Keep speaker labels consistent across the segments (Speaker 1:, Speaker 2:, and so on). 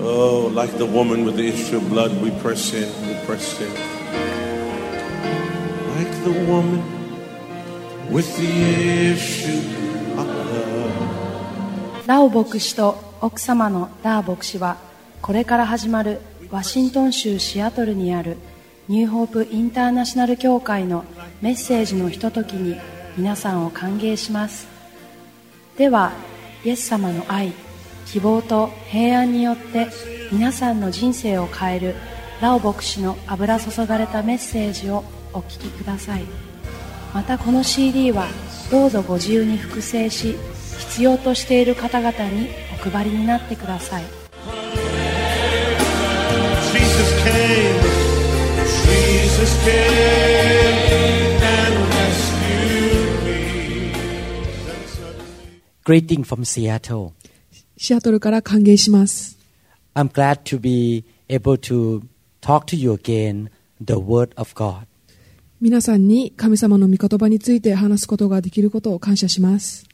Speaker 1: Oh, like the woman with the issue of blood, we press in, we press in. Like the woman with the issue of blood.
Speaker 2: ラオ牧師と奥様のダー牧師はこれから始まるワシントン州シアトルにあるニューホープインターナショナル協会のメッセージのひとときに皆さんを歓迎しますではイエス様の愛希望と平安によって皆さんの人生を変えるラオ牧師の油注がれたメッセージをお聞きくださいまたこの CD はどうぞご自由に複製し必要としている方々にお配りになってください
Speaker 1: Jesus came, Jesus came and rescued me.
Speaker 3: Greeting from Seattle.
Speaker 4: シアトルから歓迎します。
Speaker 3: I'm glad to be able to talk to you again the Word of God.
Speaker 4: 皆さんに神様の御言葉について話すことができることを感謝します。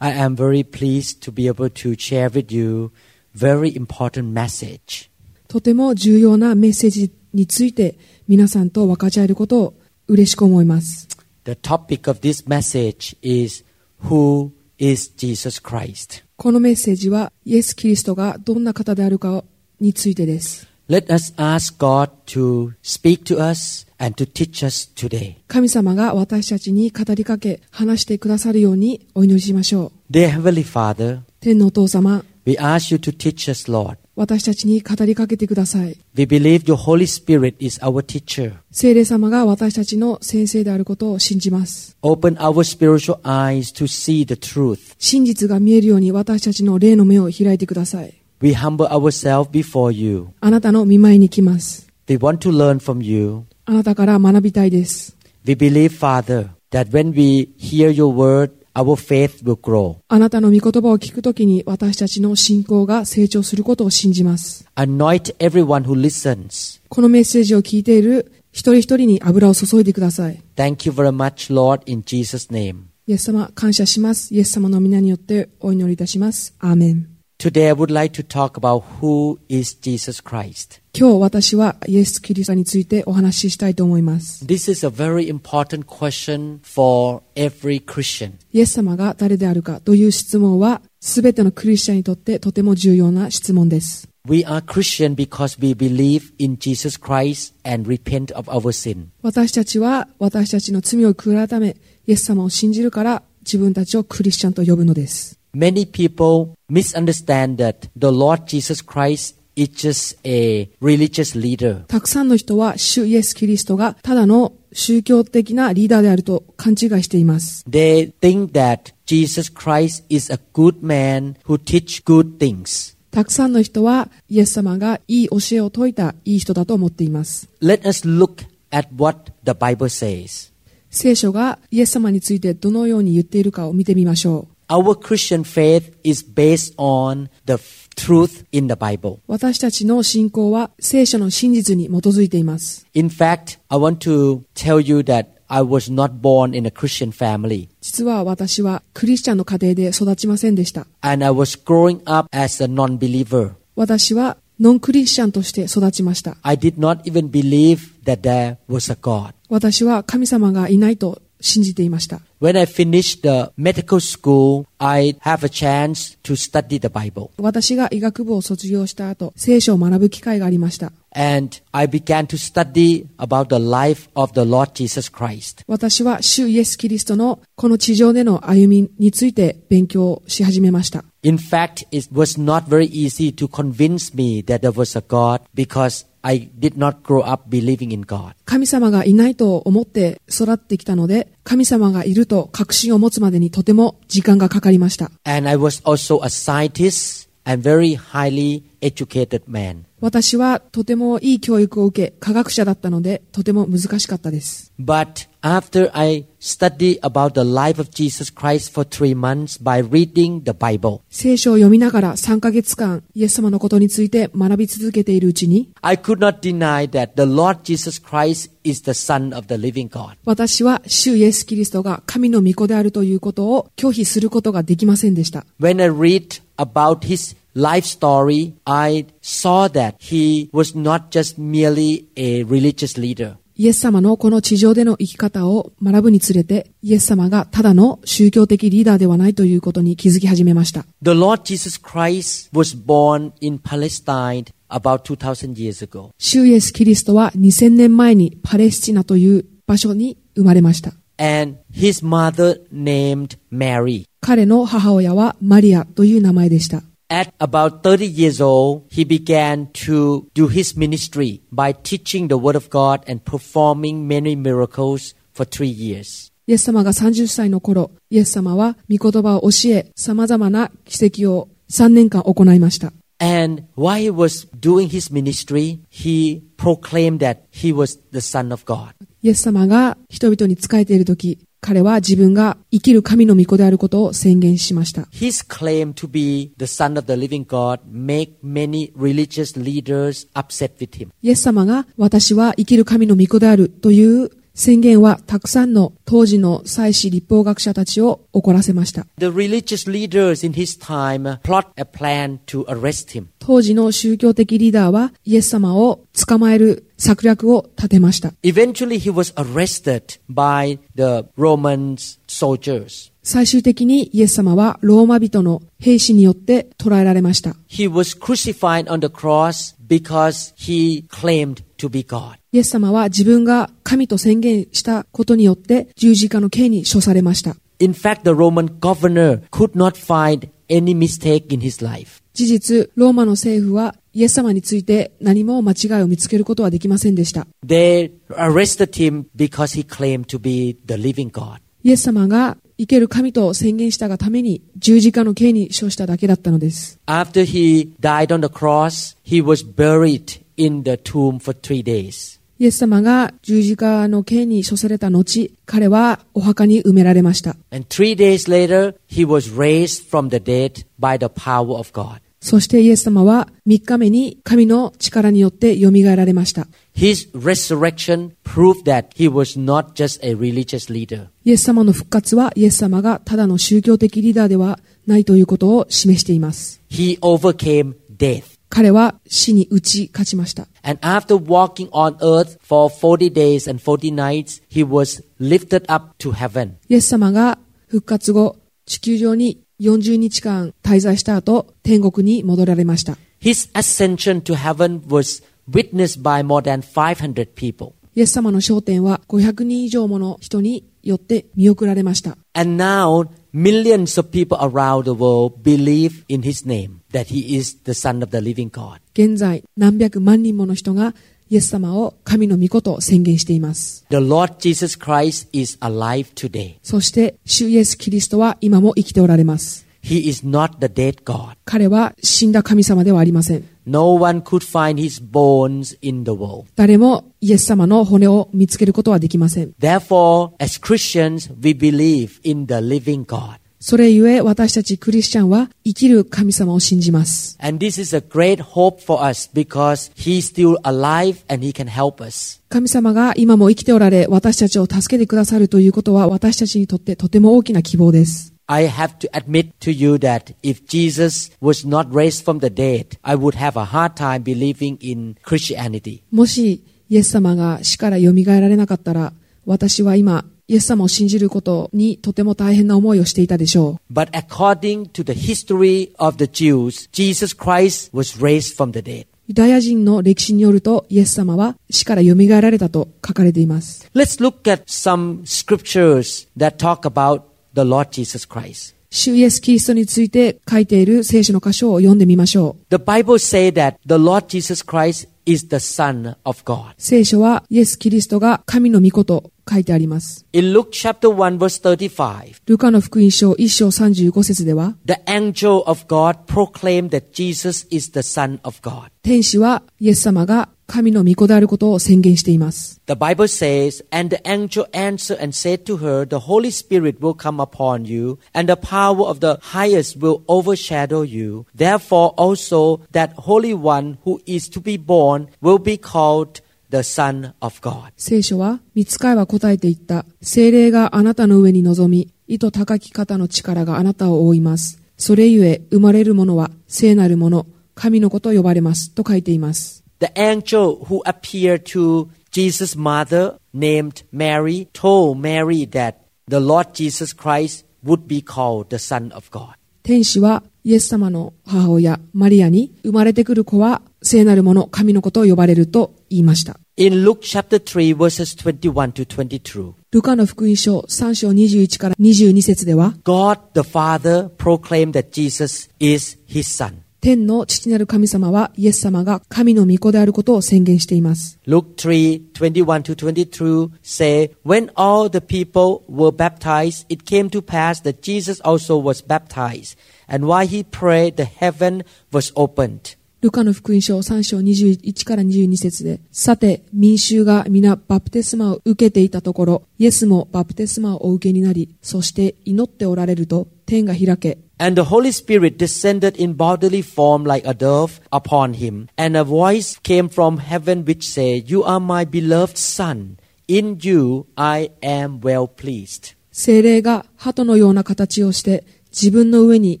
Speaker 3: I am very pleased to be able to share with you very important message.
Speaker 4: とても重要なメッセージについて皆さんと分かち合えることを嬉しく思います。
Speaker 3: The topic of this message is Who is Jesus Christ?
Speaker 4: このメッセージはイエス・キリストがどんな方であるかについてです。
Speaker 3: Let us ask God to speak to us and to teach us today.
Speaker 4: 神様が私たちに語りかけ話してくださるようにお祈りしましょう。
Speaker 3: Dear Heavenly Father,
Speaker 4: 天のお父様、
Speaker 3: we ask you to teach us, Lord.
Speaker 4: 私たちに語りかけてください。
Speaker 3: We believe your Holy Spirit is our teacher.
Speaker 4: 聖霊様が私たちの先生であることを信じます。
Speaker 3: Open our spiritual eyes to see the truth.
Speaker 4: 真実が見えるように私たちの霊の目を開いてください。
Speaker 3: We humble ourselves before you.
Speaker 4: あなたの見舞いに来ます。
Speaker 3: We want to learn from you.
Speaker 4: あなたから学びたいです。
Speaker 3: We believe, Father, that when we hear your word, our faith will grow.
Speaker 4: あなたの御言葉を聞くときに私たちの信仰が成長することを信じます。
Speaker 3: Anoint everyone who listens.
Speaker 4: このメッセージを聞いている一人一人に油を注いでください。
Speaker 3: Thank you very much, Lord, in Jesus' name.
Speaker 4: イエス様、感謝します。イエス様の皆によってお祈りいたします。アーメン。
Speaker 3: Today I would like to talk about who is Jesus Christ.
Speaker 4: 今日私はイエス・キリストについてお話ししたいと思います。
Speaker 3: This is a very important question for every Christian.
Speaker 4: イエス様が誰であるかという質問は全てのクリスチャンにとってとても重要な質問です。
Speaker 3: We are Christian because we believe in Jesus Christ and repent of our sin.
Speaker 4: 私たちは私たちの罪を改め、イエス様を信じるから自分たちをクリスチャンと呼ぶのです。
Speaker 3: Many people misunderstand that the Lord Jesus Christ is just a religious leader.
Speaker 4: たくさんの人は主イエス・キリストがただの宗教的なリーダーであると勘違いしています。
Speaker 3: They think that Jesus Christ is a good man who teach good things.
Speaker 4: たくさんの人はイエス様がいい教えを説いたいい人だと思っています。
Speaker 3: Let us look at what the Bible says.
Speaker 4: 聖書がイエス様についてどのように言っているかを見てみましょう。
Speaker 3: Our Christian faith is based on the f- truth in the Bible.
Speaker 4: 私たちの信仰は聖書の真実に基づいています。
Speaker 3: In fact, I want to tell you that I was not born in a Christian family.
Speaker 4: 実は私はクリスチャンの家庭で育ちませんでした。
Speaker 3: And I was growing up as a non believer.
Speaker 4: 私はノンクリスチャンとして育ちました。
Speaker 3: I did not even believe that there was a God.
Speaker 4: 私は神様がいないと信じていました。
Speaker 3: When I finished the medical school, I have a chance to study the Bible.
Speaker 4: 私が医学部を卒業した後、聖書を学ぶ機会がありました。
Speaker 3: And I began to study about the life of the Lord Jesus Christ.
Speaker 4: 私は主イエス・キリストのこの地上での歩みについて勉強し始めました。
Speaker 3: In fact, it was not very easy to convince me that there was a God because I did not grow up believing in God.
Speaker 4: 神様がいないと思って育ってきたので、神様がいると確信を持つまでにとても時間がかかりました。
Speaker 3: And I was also a scientist and very highly educated man.
Speaker 4: 私はとてもいい教育を受け、科学者だったので、とても難しかったです。
Speaker 3: But after I studied about the life of Jesus Christ for three months by reading the Bible,
Speaker 4: 聖書を読みながら3ヶ月間、イエス様のことについて学び続けているうちに、
Speaker 3: I could not deny that the Lord Jesus Christ is the Son of the living God.
Speaker 4: 私は主イエス・キリストが神の御子であるということを拒否することができませんでした。
Speaker 3: When I read about his life story, I saw that he was not just merely a religious leader.
Speaker 4: イエス様のこの地上での生き方を学ぶにつれて、イエス様がただの宗教的リーダーではないということに気づき始めました。
Speaker 3: The Lord Jesus Christ was born in Palestine about 2000 years ago.
Speaker 4: 主イエス・キリストは2000年前にパレスチナという場所に生まれました。
Speaker 3: And his mother named Mary.
Speaker 4: 彼の母親はマリアという名前でした。
Speaker 3: At about 30 years old, he began to do his ministry by teaching the Word of God and performing many miracles for three years.
Speaker 4: イエス様が30歳の頃、イエス様は御言葉を教え、様々な奇跡を3年間行いました。
Speaker 3: And while he was doing his ministry, he proclaimed that he was the Son of God.
Speaker 4: イエス様が人々に仕えている時、彼は自分が生きる神の御子であることを宣言しました。
Speaker 3: His claim to be the Son of the Living God make many religious leaders upset with him.
Speaker 4: イエス様が私は生きる神の御子であるという宣言はたくさんの当時の祭司立法学者たちを怒らせました。
Speaker 3: The religious leaders in his time uh, plot a plan to arrest him.
Speaker 4: 当時の宗教的リーダーはイエス様を捕まえる策略を立てました。
Speaker 3: Eventually, he was arrested by the Roman soldiers.
Speaker 4: 最終的にイエス様はローマ人の兵士によって捕らえられました。
Speaker 3: He was crucified on the cross because he claimed to be God.
Speaker 4: イエス様は自分が神と宣言したことによって十字架の刑に処されました。
Speaker 3: In fact, the Roman governor could not find any mistake in his life.
Speaker 4: 事実、ローマの政府はイエス様について何も間違いを見つけることはできませんでした。
Speaker 3: They arrested him because he claimed to be the living God.
Speaker 4: イエス様が生ける神と宣言したがために十字架の刑に処しただけだったのです。
Speaker 3: After he died on the cross, he was buried in the tomb for three days.
Speaker 4: イエス様が十字架の刑に処された後、彼はお墓に埋められました。
Speaker 3: And three days later, he was raised from the dead by the power of God.
Speaker 4: そしてイエス様は3日目に神の力によって蘇られました。
Speaker 3: His resurrection proved that he was not just a religious leader.
Speaker 4: イエス様の復活はイエス様がただの宗教的リーダーではないということを示しています。
Speaker 3: He overcame death.
Speaker 4: 彼は死に打ち勝ちました。
Speaker 3: And after walking on earth for 40 days and 40 nights, he was lifted up to heaven.
Speaker 4: イエス様が復活後、地球上に40日間滞在した後、天国に戻られました。
Speaker 3: His ascension to heaven was witnessed by more than 500 people.
Speaker 4: イエス様の焦点は500人以上もの人によって見送られました。
Speaker 3: And now, millions of people around the world believe in his name, that he is the Son of the living God.
Speaker 4: 現在、何百万人もの人がイエス様を神の御子と宣言しています。
Speaker 3: The Lord Jesus Christ is alive today.
Speaker 4: そして、主イエス・キリストは今も生きておられます。
Speaker 3: He is not the dead God.
Speaker 4: 彼は死んだ神様ではありません。
Speaker 3: No one could find his bones in the world.
Speaker 4: 誰もイエス様の骨を見つけることはできません。
Speaker 3: Therefore, as Christians, we believe in the living God.
Speaker 4: それゆえ私たちクリスチャンは生きる神様を信じます。
Speaker 3: And this is a great hope for us because he's still alive and he can help us.
Speaker 4: 神様が今も生きておられ私たちを助けてくださるということは私たちにとってとても大きな希望です。
Speaker 3: I have to admit to you that if Jesus was not raised from the dead, I would have a hard time believing in Christianity.
Speaker 4: もしイエス様が死から蘇られなかったら私は今イエス様を信じることにとても大変な思いをしていたでしょ
Speaker 3: But according to the history of the Jews, Jesus Christ was raised from the dead.
Speaker 4: う。ユダヤ人の歴史によるとイエス様は死から蘇られたと書かれています。
Speaker 3: Let's look at some scriptures that talk about the Lord Jesus Christ.
Speaker 4: 主イエスキリストについて書いている聖書の箇所を読んでみましょう。
Speaker 3: The Bible say that the Lord Jesus Christ is the Son of God.
Speaker 4: 聖書はイエス・キリストが神の御子と書いてあります。
Speaker 3: In Luke chapter 1 verse 35,
Speaker 4: ルカの福音書1章35節では、
Speaker 3: the angel of God proclaimed that Jesus is the Son of God.
Speaker 4: 天使はイエス様が神の御子であることを宣言しています。
Speaker 3: The Bible says, And the angel answered and said to her, The Holy Spirit will come upon you, and the power of the highest will overshadow you. Therefore also that Holy One who is to be born will be called the Son of God.
Speaker 4: 聖書は、見つかいは答えていった。精霊があなたの上に臨み、意図高き方の力があなたを覆います。それゆえ生まれるものは聖なるもの、神の子と呼ばれますと書いています。
Speaker 3: The angel who appeared to Jesus' mother, named Mary, told Mary that the Lord Jesus Christ would be called the Son of God.
Speaker 4: 天使はイエス様の母親マリアに生まれてくる子は聖なるもの、神の子と呼ばれると言いました。
Speaker 3: In Luke chapter 3, verses 21 to 22,
Speaker 4: ルカの福音書3章21から22節では
Speaker 3: God the Father proclaimed that Jesus is his Son.
Speaker 4: 天の父なる神様はイエス様が神の御子であることを宣言しています。
Speaker 3: Luke 3 21 to 22 say, When all the people were baptized, it came to pass that Jesus also was baptized. And while he prayed, the heaven was opened.
Speaker 4: ルカの福音書3章21から22節で、さて、民衆が皆バプテスマを受けていたところ、イエスもバプテスマをお受けになり、そして祈っておられると、天が開け、
Speaker 3: And the Holy Spirit descended in bodily form like a dove upon him. And a voice came from heaven which said, You are my beloved Son. In you I am well pleased.
Speaker 4: 精霊が鳩のような形をして、自分の上に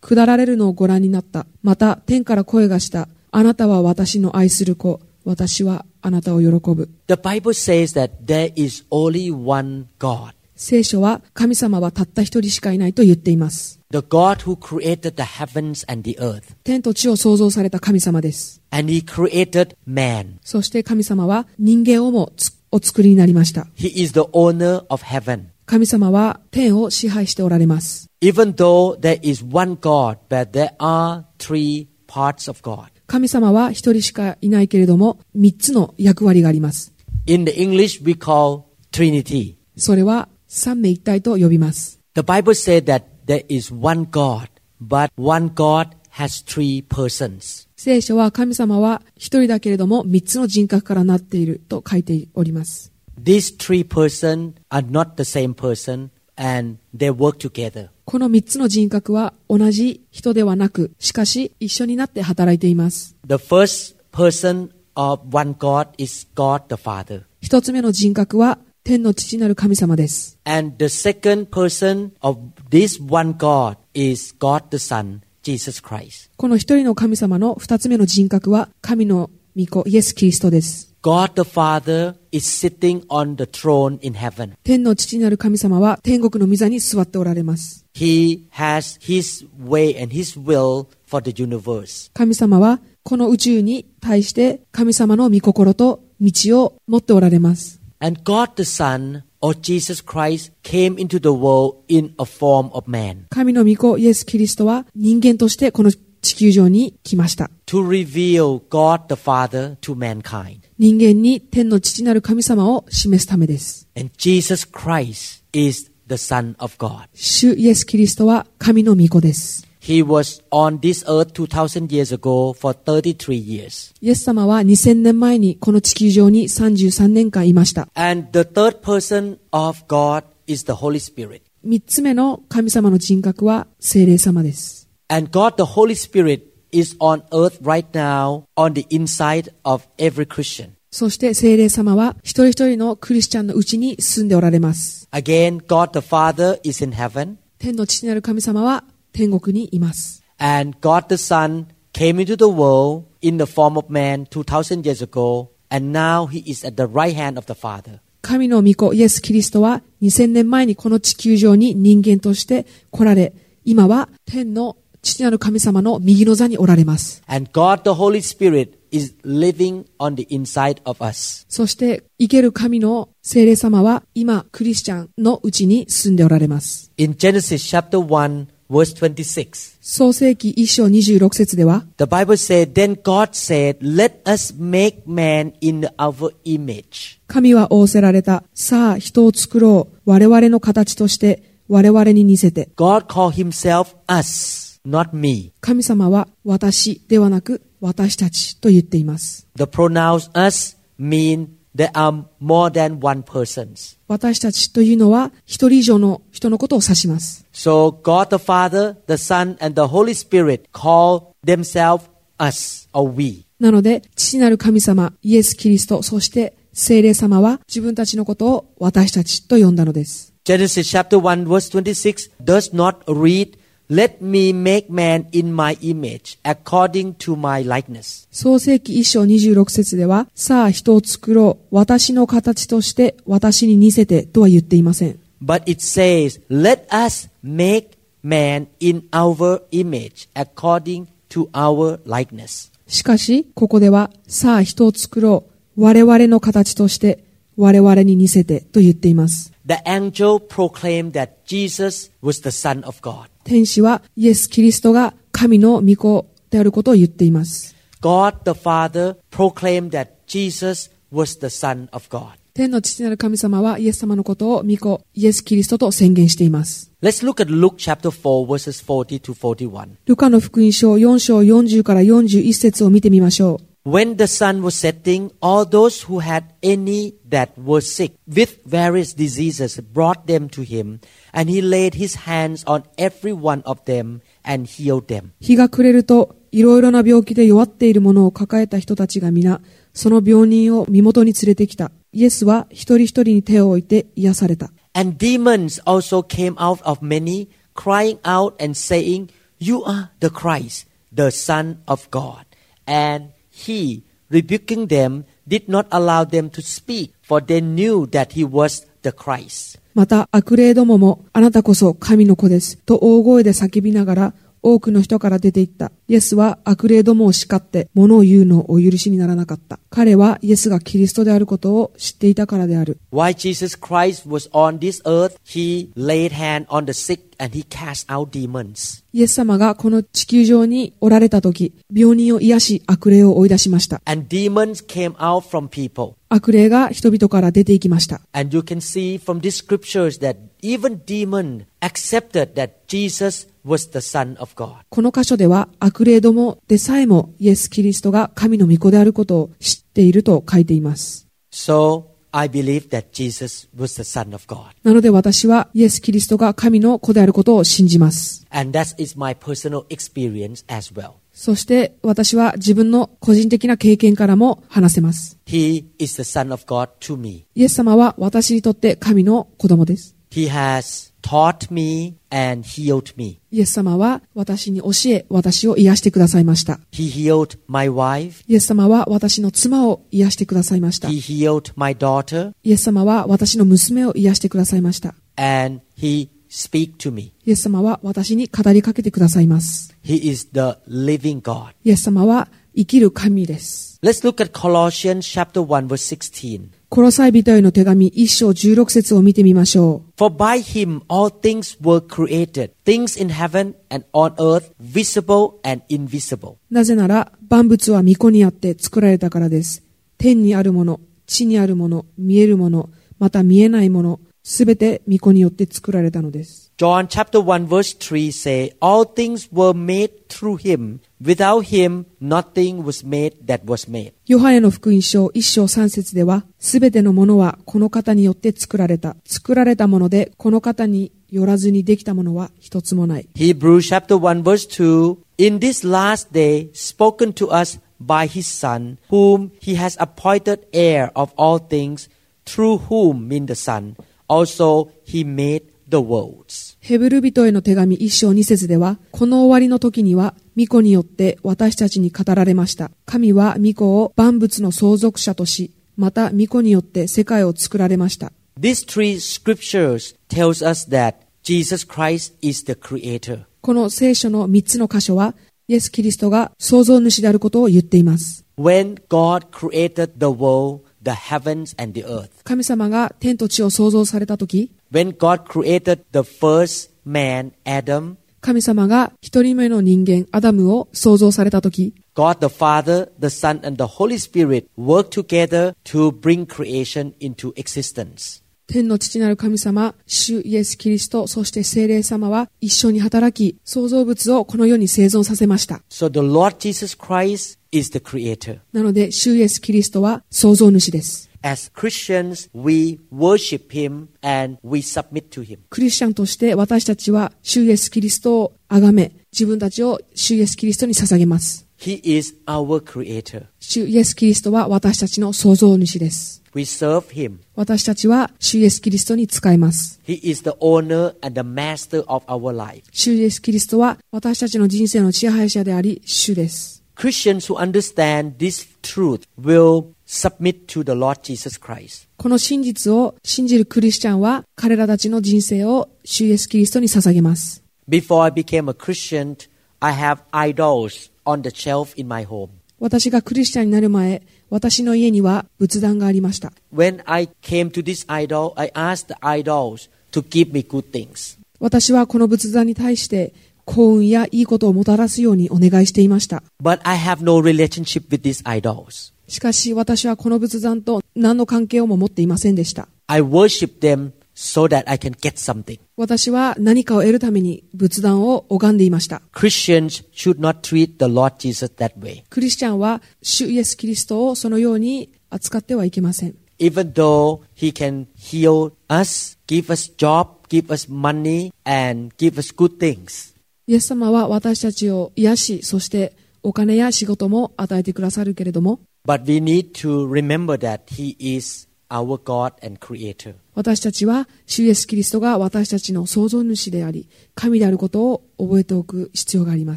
Speaker 4: 下られるのをご覧になった。また、天から声がした。あなたは私の愛する子。私はあなたを喜ぶ。
Speaker 3: The Bible says that there is only one God.
Speaker 4: 聖書は神様はたった一人しかいないと言っています。
Speaker 3: the God who created the heavens and the earth.
Speaker 4: 天と地を創造された神様です。
Speaker 3: And he created man.
Speaker 4: そして神様は人間をもつお作りになりました。
Speaker 3: He is the owner of heaven.
Speaker 4: 神様は天を支配しておられます。
Speaker 3: Even though there is one God, but there are three parts of God.
Speaker 4: 神様は一人しかいないけれども、三つの役割があります。
Speaker 3: In the English, we call Trinity.
Speaker 4: それは三名一体と呼びます。
Speaker 3: The Bible said that there is one God, but one God has three persons.
Speaker 4: 聖書は神様は一人だけれども三つの人格からなっていると書いております。
Speaker 3: These three persons are not the same person and they work together.
Speaker 4: この三つの人格は同じ人ではなく、しかし一緒になって働いています。
Speaker 3: The first person of one God is God the Father.
Speaker 4: 一つ目の人格は天の父なる神様です。
Speaker 3: And the second person of this one God is God the Son, Jesus Christ.
Speaker 4: この一人の神様の二つ目の人格は神の御子イエス・キリストです。
Speaker 3: God the Father is sitting on the throne in heaven.
Speaker 4: 天の父なる神様は天国の御座に座っておられます。
Speaker 3: He has His way and His will for the universe.
Speaker 4: 神様はこの宇宙に対して神様の御心と道を持っておられます。
Speaker 3: And God the Son, or Jesus Christ, came into the world in a form of man
Speaker 4: 神の御子イエス・キリストは人間としてこの地球上に来ました。
Speaker 3: to reveal God the Father to mankind.
Speaker 4: 人間に天の父なる神様を示すためです。
Speaker 3: And Jesus Christ is the Son of God.
Speaker 4: 主イエス・キリストは神の御子です。
Speaker 3: He was on this earth 2000 years ago for 33 years.
Speaker 4: イエス様は2000年前にこの地球上に33年間いました。
Speaker 3: And the third person of God is the Holy Spirit.
Speaker 4: 三つ目の神様の人格は聖霊様です。
Speaker 3: And God the Holy Spirit is on earth right now on the inside of every Christian.
Speaker 4: そして聖霊様は一人一人のクリスチャンのうちに住んでおられます。
Speaker 3: Again, God the Father is in heaven
Speaker 4: 天の父なる神様は天国にいます。
Speaker 3: and God the Son came into the world in the form of man 2000 years ago and now he is at the right hand of the Father.
Speaker 4: 神の御子イエス・キリストは2000年前にこの地球上に人間として来られ、今は天の父なる神様の右の座におられます。
Speaker 3: And God the Holy Spirit is living on the inside of us.
Speaker 4: そして生ける神の聖霊様は今クリスチャンのうちに住んでおられます。
Speaker 3: In Genesis chapter 1, verse 26,
Speaker 4: 創世記1章26節では
Speaker 3: the Bible said, Then God said, Let us make man in our image.
Speaker 4: 神は仰せられた。さあ、人を作ろう。我々の形として、我々に似せて。
Speaker 3: God called himself us, not me.
Speaker 4: 神様は、私ではなく、私たちと言っています。
Speaker 3: The pronouns us mean there are more than one persons.
Speaker 4: 私たちというのは、一人以上の人のことを指します。
Speaker 3: So God the Father, the Son, and the Holy Spirit call themselves us or we.
Speaker 4: なので、父なる神様、イエス・キリスト、そして、聖霊様は、自分たちのことを私たちと呼んだのです。
Speaker 3: Genesis chapter 1 verse 26 does not read Let me make man in my image, according to my likeness.
Speaker 4: 創世記一章26節では、さあ人を作ろう、私の形として、私に似せてとは言っていません。
Speaker 3: But it says, Let us make man in our image, according to our likeness.
Speaker 4: しかし、ここでは、さあ人を作ろう、我々の形として、我々に似せてと言っています。
Speaker 3: The angel proclaimed that Jesus was the Son of God.
Speaker 4: 天使はイエス・キリストが神の御子であることを言っています。
Speaker 3: God the Father proclaimed that Jesus was the Son of God.
Speaker 4: 天の父なる神様はイエス様のことを御子、イエス・キリストと宣言しています。
Speaker 3: Let's look at Luke chapter 4, verses 40 to 41.
Speaker 4: ルカの福音書4章40から41節を見てみましょう。
Speaker 3: When the sun was setting, all those who had any that were sick with various diseases brought them to him, and he laid his hands on every one of them and healed them.
Speaker 4: 日が暮れると、いろいろな病気で弱っているものを抱えた人たちが皆、その病人を身元に連れてきた。イエスは一人一人に手を置いて癒された。
Speaker 3: And demons also came out of many, crying out and saying, You are the Christ, the Son of God. And he, rebuking them, did not allow them to speak, for they knew that he was the Christ.
Speaker 4: また、悪霊どもも、あなたこそ神の子です。と大声で叫びながら、多くの人から出て行った。イエスは悪霊どもを叱って、物を言うのをお許しにならなかった。彼はイエスがキリストであることを知っていたからである。
Speaker 3: While Jesus Christ was on this earth, he laid hand on the sick and he cast out demons.
Speaker 4: イエス様がこの地球上におられた時、病人を癒し、悪霊を追い出しました。
Speaker 3: And demons came out from people.
Speaker 4: 悪霊が人々から出て行きました。
Speaker 3: And you can see from these scriptures that even demon accepted that Jesus was the Son of God.
Speaker 4: この箇所では悪霊どもでさえもイエス・キリストが神の御子であることを知っていると書いています。
Speaker 3: So I believe that Jesus was the Son of God.
Speaker 4: なので私はイエス・キリストが神の子であることを信じます。
Speaker 3: And that is my personal experience as well.
Speaker 4: そして私は自分の個人的な経験からも話せます。
Speaker 3: He is the Son of God to me.
Speaker 4: イエス様は私にとって神の子供です。
Speaker 3: He has taught me and healed me.
Speaker 4: イエス様は私に教え、私を癒してくださいました。
Speaker 3: He healed my wife.
Speaker 4: イエス様は私の妻を癒してくださいました。
Speaker 3: He
Speaker 4: イ
Speaker 3: healed my daughter
Speaker 4: エス様は私の娘を癒してくださいました。
Speaker 3: and he speak to me.
Speaker 4: イエス様は私に語りかけてくださいます。
Speaker 3: He is the living God.
Speaker 4: イエス様は生きる神です。
Speaker 3: Let's look at Colossians chapter 1 verse 16.
Speaker 4: コロサイ人への手紙一章16節を見てみましょう。
Speaker 3: For by him all things were created, things in heaven and on earth, visible and invisible.
Speaker 4: なぜなら万物は御子にあって作られたからです。天にあるもの、地にあるもの、見えるもの、また見えないもの、すべて御子によって作られたのです。
Speaker 3: John chapter 1 verse 3 say, All things were made through him. Without him, nothing was made that was made.
Speaker 4: ヨハネの福音書一章三節では、すべてのものはこの方によって作られた。作られたもので、この方によらずにできたものは一つもない。
Speaker 3: Hebrews chapter 1 verse 2 In this last day spoken to us by his son whom he has appointed heir of all things through whom in the son also he made the worlds
Speaker 4: ヘブル人への手紙一章二節では、この終わりの時には、巫女によって私たちに語られました。神は巫女を万物の相続者とし、また巫女によって世界を作られました。
Speaker 3: These three scriptures tells us that Jesus Christ is the creator
Speaker 4: この聖書の三つの箇所は、イエス・キリストが創造主であることを言っています。
Speaker 3: when God created the world the heavens and the earth
Speaker 4: 神様が天と地を創造された時、
Speaker 3: when God created the first man Adam
Speaker 4: 神様が一人目の人間、アダムを創造された時、
Speaker 3: God the Father, the Son, and the Holy Spirit work together to bring creation into existence.
Speaker 4: 天の父なる神様、主イエス・キリスト、そして聖霊様は一緒に働き、創造物をこの世に生存させました。
Speaker 3: So the Lord Jesus Christ is the creator.
Speaker 4: なので、主イエス・キリストは創造主です。
Speaker 3: As Christians, we worship him and we submit to him.
Speaker 4: クリスチャンとして私たちは主イエス・キリストを崇め、自分たちを主イエス・キリストに捧げます。
Speaker 3: He is our creator.
Speaker 4: 主イエス・キリストは私たちの創造主です。
Speaker 3: We serve him.
Speaker 4: 私たちは主イエス・キリストに仕えます。
Speaker 3: He is the owner and the master of our life.
Speaker 4: 主イエス・キリストは私たちの人生の支配者であり、主です。
Speaker 3: Christians who understand this truth will submit to the Lord Jesus Christ.
Speaker 4: この真実を信じるクリスチャンは彼らたちの人生を主イエス・キリストに捧げます。
Speaker 3: Before I became a Christian, I have idols on the shelf in my home.
Speaker 4: 私がクリスチャンになる前、私の家には仏壇がありました。
Speaker 3: When I came to this idol, I asked the idols to give me good things.
Speaker 4: 私はこの仏壇に対して幸運やいいことをもたらすようにお願いしていました。
Speaker 3: But I have no relationship with these idols.
Speaker 4: しかし私はこの仏壇と何の関係をも持っていませんでした。
Speaker 3: I worship them so that I can get something.
Speaker 4: 私は何かを得るために仏壇を拝んでいました。
Speaker 3: Christians should not treat the Lord Jesus that way.
Speaker 4: クリスチャンは主イエス・キリストをそのように扱ってはいけません。
Speaker 3: Even though He can heal us, give us job, give us money, and give us good things.
Speaker 4: イエス様は私たちを癒し、そしてお金や仕事も与えてくださるけれども、
Speaker 3: But we need to remember that He is our God and Creator.
Speaker 4: 私たちは主イエス・キリストが私たちの創造主であり、神であることを覚えておく必要がありま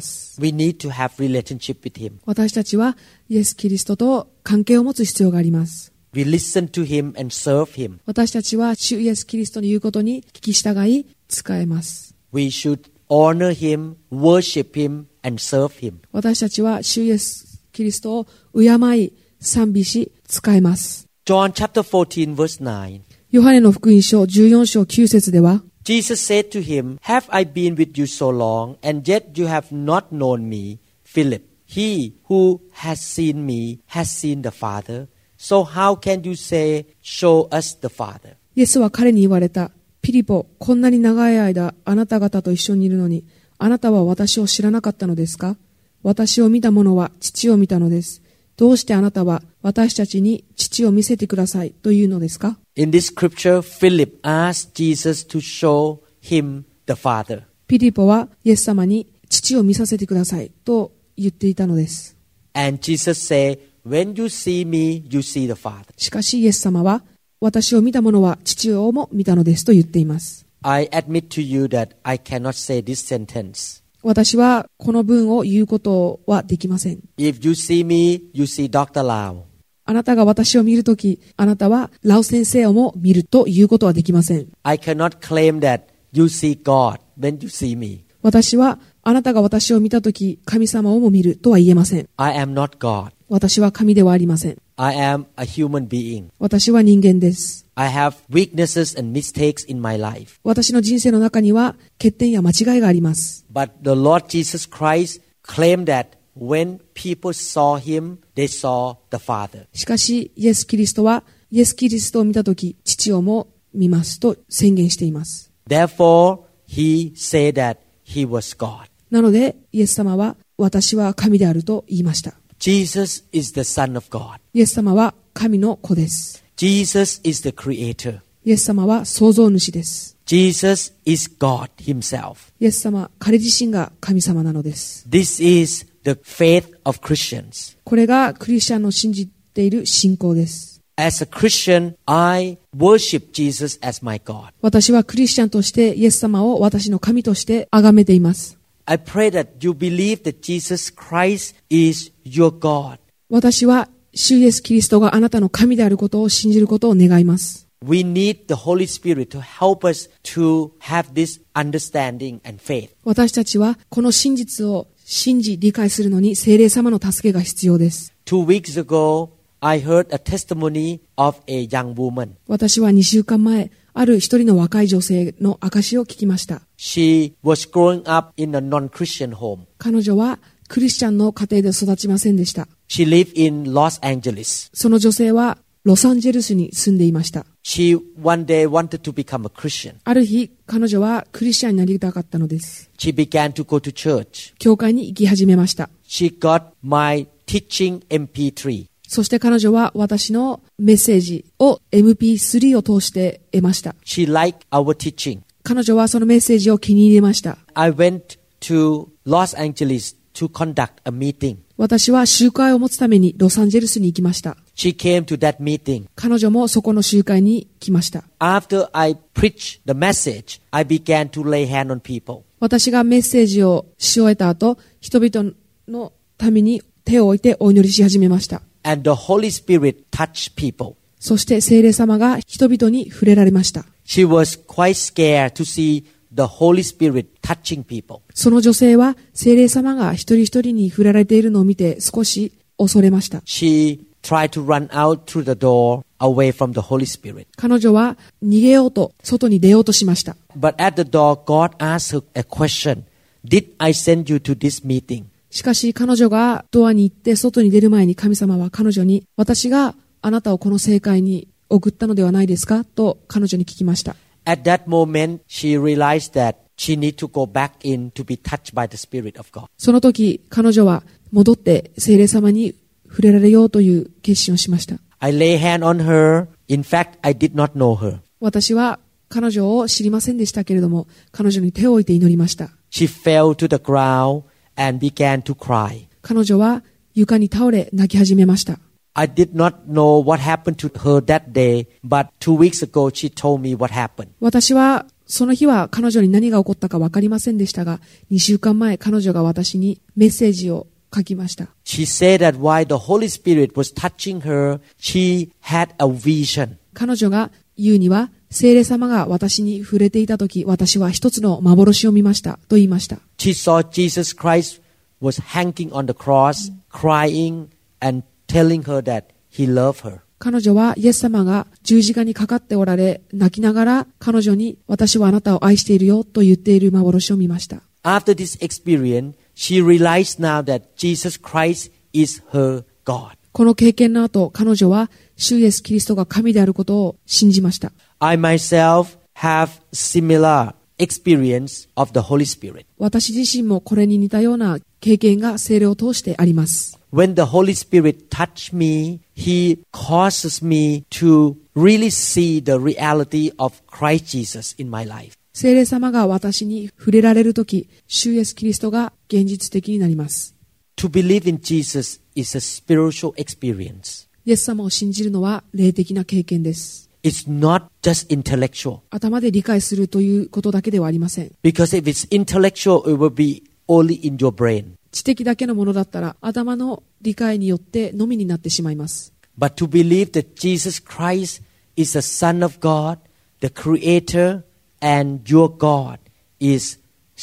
Speaker 4: す。
Speaker 3: We need to have relationship with Him.
Speaker 4: 私たちはイエス・キリストと関係を持つ必要があります。
Speaker 3: We listen to Him and serve Him.
Speaker 4: 私たちは主イエス・キリストの言うことに聞き従い、使えます。
Speaker 3: We should honor Him, worship Him, and serve Him.
Speaker 4: 私たちは主イエス・キリストを敬い、賛美し、使えます。
Speaker 3: John chapter 14 verse 9.
Speaker 4: ヨハネの福音書14章9節では、
Speaker 3: Jesus said to him, Have I been with you so long, and yet you have not known me, Philip? He who has seen me has seen the Father. So how can you say, Show us the Father?
Speaker 4: イエスは彼に言われた。ピリポ、こんなに長い間あなた方と一緒にいるのに、あなたは私を知らなかったのですか私を見た者は父を見たのです。どうしてあなたは私たちに父を見せてくださいというのですか
Speaker 3: In this scripture, Philip asked Jesus to show him the Father.
Speaker 4: ピリポはイエス様に父を見させてくださいと言っていたのです。
Speaker 3: And Jesus said, When you see me, you see the Father.
Speaker 4: しかしイエス様は、私を見た者は父をも見たのですと言っています。
Speaker 3: I admit to you that I cannot say this sentence.
Speaker 4: 私はこの文を言うことはできません。
Speaker 3: If you see me, you see Dr. Lau.
Speaker 4: あなたが私を見るとき、あなたはラオ先生をも見るということはできません。
Speaker 3: I cannot claim that you see God when you see me.
Speaker 4: 私は、あなたが私を見たとき、神様をも見るとは言えません。
Speaker 3: I am not God.
Speaker 4: 私は神ではありません。
Speaker 3: I am a human being.
Speaker 4: 私は人間です。
Speaker 3: I have weaknesses and mistakes in my life.
Speaker 4: 私の人生の中には欠点や間違いがあります。
Speaker 3: But the Lord Jesus Christ claimed that when people saw him, they saw the Father.
Speaker 4: しかし、イエス・キリストは、イエス・キリストを見たとき、父をも見ますと宣言しています。
Speaker 3: Therefore, he said that he was God.
Speaker 4: なので、イエス様は、私は神であると言いました。
Speaker 3: Jesus is the Son of God.
Speaker 4: イエス様は神の子です。
Speaker 3: Jesus is the Creator.
Speaker 4: イエス様は創造主です。
Speaker 3: Jesus is God Himself.
Speaker 4: イエス様、彼自身が神様なのです。
Speaker 3: This is the faith of Christians.
Speaker 4: これがクリスチャンの信じている信仰です。
Speaker 3: As a Christian, I worship Jesus as my God.
Speaker 4: 私はクリスチャンとしてイエス様を私の神として崇めています。
Speaker 3: I pray that you believe that Jesus Christ is your God.
Speaker 4: 私は主イエスキリストがあなたの神であることを信じることを願います。
Speaker 3: We need the Holy Spirit to help us to have this understanding and faith.
Speaker 4: 私たちはこの真実を信じ理解するのに聖霊様の助けが必要です。
Speaker 3: Two weeks ago, I heard a testimony of a young woman.
Speaker 4: 私は2週間前、ある一人の若い女性の証を聞きました。
Speaker 3: She was growing up in a non-Christian home.
Speaker 4: 彼女はクリスチャンの家庭で育ちませんでした。
Speaker 3: She lived in Los Angeles.
Speaker 4: その女性はロサンゼルスに住んでいました。
Speaker 3: She one day wanted to become a Christian.
Speaker 4: ある日、彼女はクリスチャンになりたかったのです。
Speaker 3: She began to go to church.
Speaker 4: 教会に行き始めました。
Speaker 3: She got my teaching MP3.
Speaker 4: そして彼女は私のメッセージを MP3 を通して得ました。
Speaker 3: She liked our teaching.
Speaker 4: 彼女はそのメッセージを気に入りました。
Speaker 3: I went to Los Angeles to conduct a meeting.
Speaker 4: 私は集会を持つためにロサンゼルスに行きました。
Speaker 3: She came to that meeting.
Speaker 4: 彼女もそこの集会に来ました。
Speaker 3: After I preached the message, I began to lay hand on people.
Speaker 4: 私がメッセージをし終えた後、人々のために手を置いてお祈りし始めました。
Speaker 3: And the Holy Spirit touched people.
Speaker 4: そして聖霊様が人々に触れられました。
Speaker 3: She was quite scared to see the Holy Spirit touching people.
Speaker 4: その女性は聖霊様が一人一人に触れられているのを見て少し恐れました。
Speaker 3: She tried to run out through the door away from the Holy Spirit.
Speaker 4: 彼女は逃げようと外に出ようとしました。
Speaker 3: But at the door, God asked her a question Did I send you to this meeting?
Speaker 4: しかし彼女がドアに行って外に出る前に神様は彼女に私があなたをこの世界に送ったのではないですかと彼女に聞きました。
Speaker 3: At that moment, she realized that she need to go back in to be touched by the Spirit of God.
Speaker 4: その時彼女は戻って聖霊様に触れられようという決心をしました。
Speaker 3: I lay hand on her. In fact, I did not know her.
Speaker 4: 私は彼女を知りませんでしたけれども彼女に手を置いて祈りました。
Speaker 3: She fell to the ground and began to cry.
Speaker 4: 彼女は床に倒れ泣き始めました。
Speaker 3: I did not know what happened to her that day, but two weeks ago she told me what happened.
Speaker 4: 私はその日は彼女に何が起こったか分かりませんでしたが2週間前彼女が私にメッセージを書きました。
Speaker 3: She said that while the Holy Spirit was touching her, she had a vision.
Speaker 4: 彼女が言うには聖霊様が私に触れていた時私は一つの幻を見ましたと言いました
Speaker 3: She saw Jesus Christ was hanging on the cross, crying and telling her that he loved her.
Speaker 4: 彼女はイエス様が十字架にかかっておられ泣きながら彼女に私はあなたを愛しているよと言っている幻を見ました
Speaker 3: After this experience, she realized now that Jesus Christ is her God.
Speaker 4: この経験の後彼女は主イエス・キリストが神であることを信じました
Speaker 3: I myself have similar experience of the Holy Spirit.
Speaker 4: 私自身もこれに似たような経験が聖霊を通してあります
Speaker 3: When the Holy Spirit touched me, He causes me to really see the reality of Christ Jesus in my life.
Speaker 4: 聖霊様が私に触れられる時主イエス・キリストが現実的になります
Speaker 3: To believe in Jesus is a spiritual experience.
Speaker 4: イエス様を信じるのは霊的な経験です。
Speaker 3: It's not just intellectual.
Speaker 4: 頭で理解するということだけではありません。
Speaker 3: Because if it's intellectual, it will be only in your brain.
Speaker 4: 知的だけのものだったら頭の理解によってのみになってしまいます。
Speaker 3: But to believe that Jesus Christ is the Son of God, the Creator, and your God is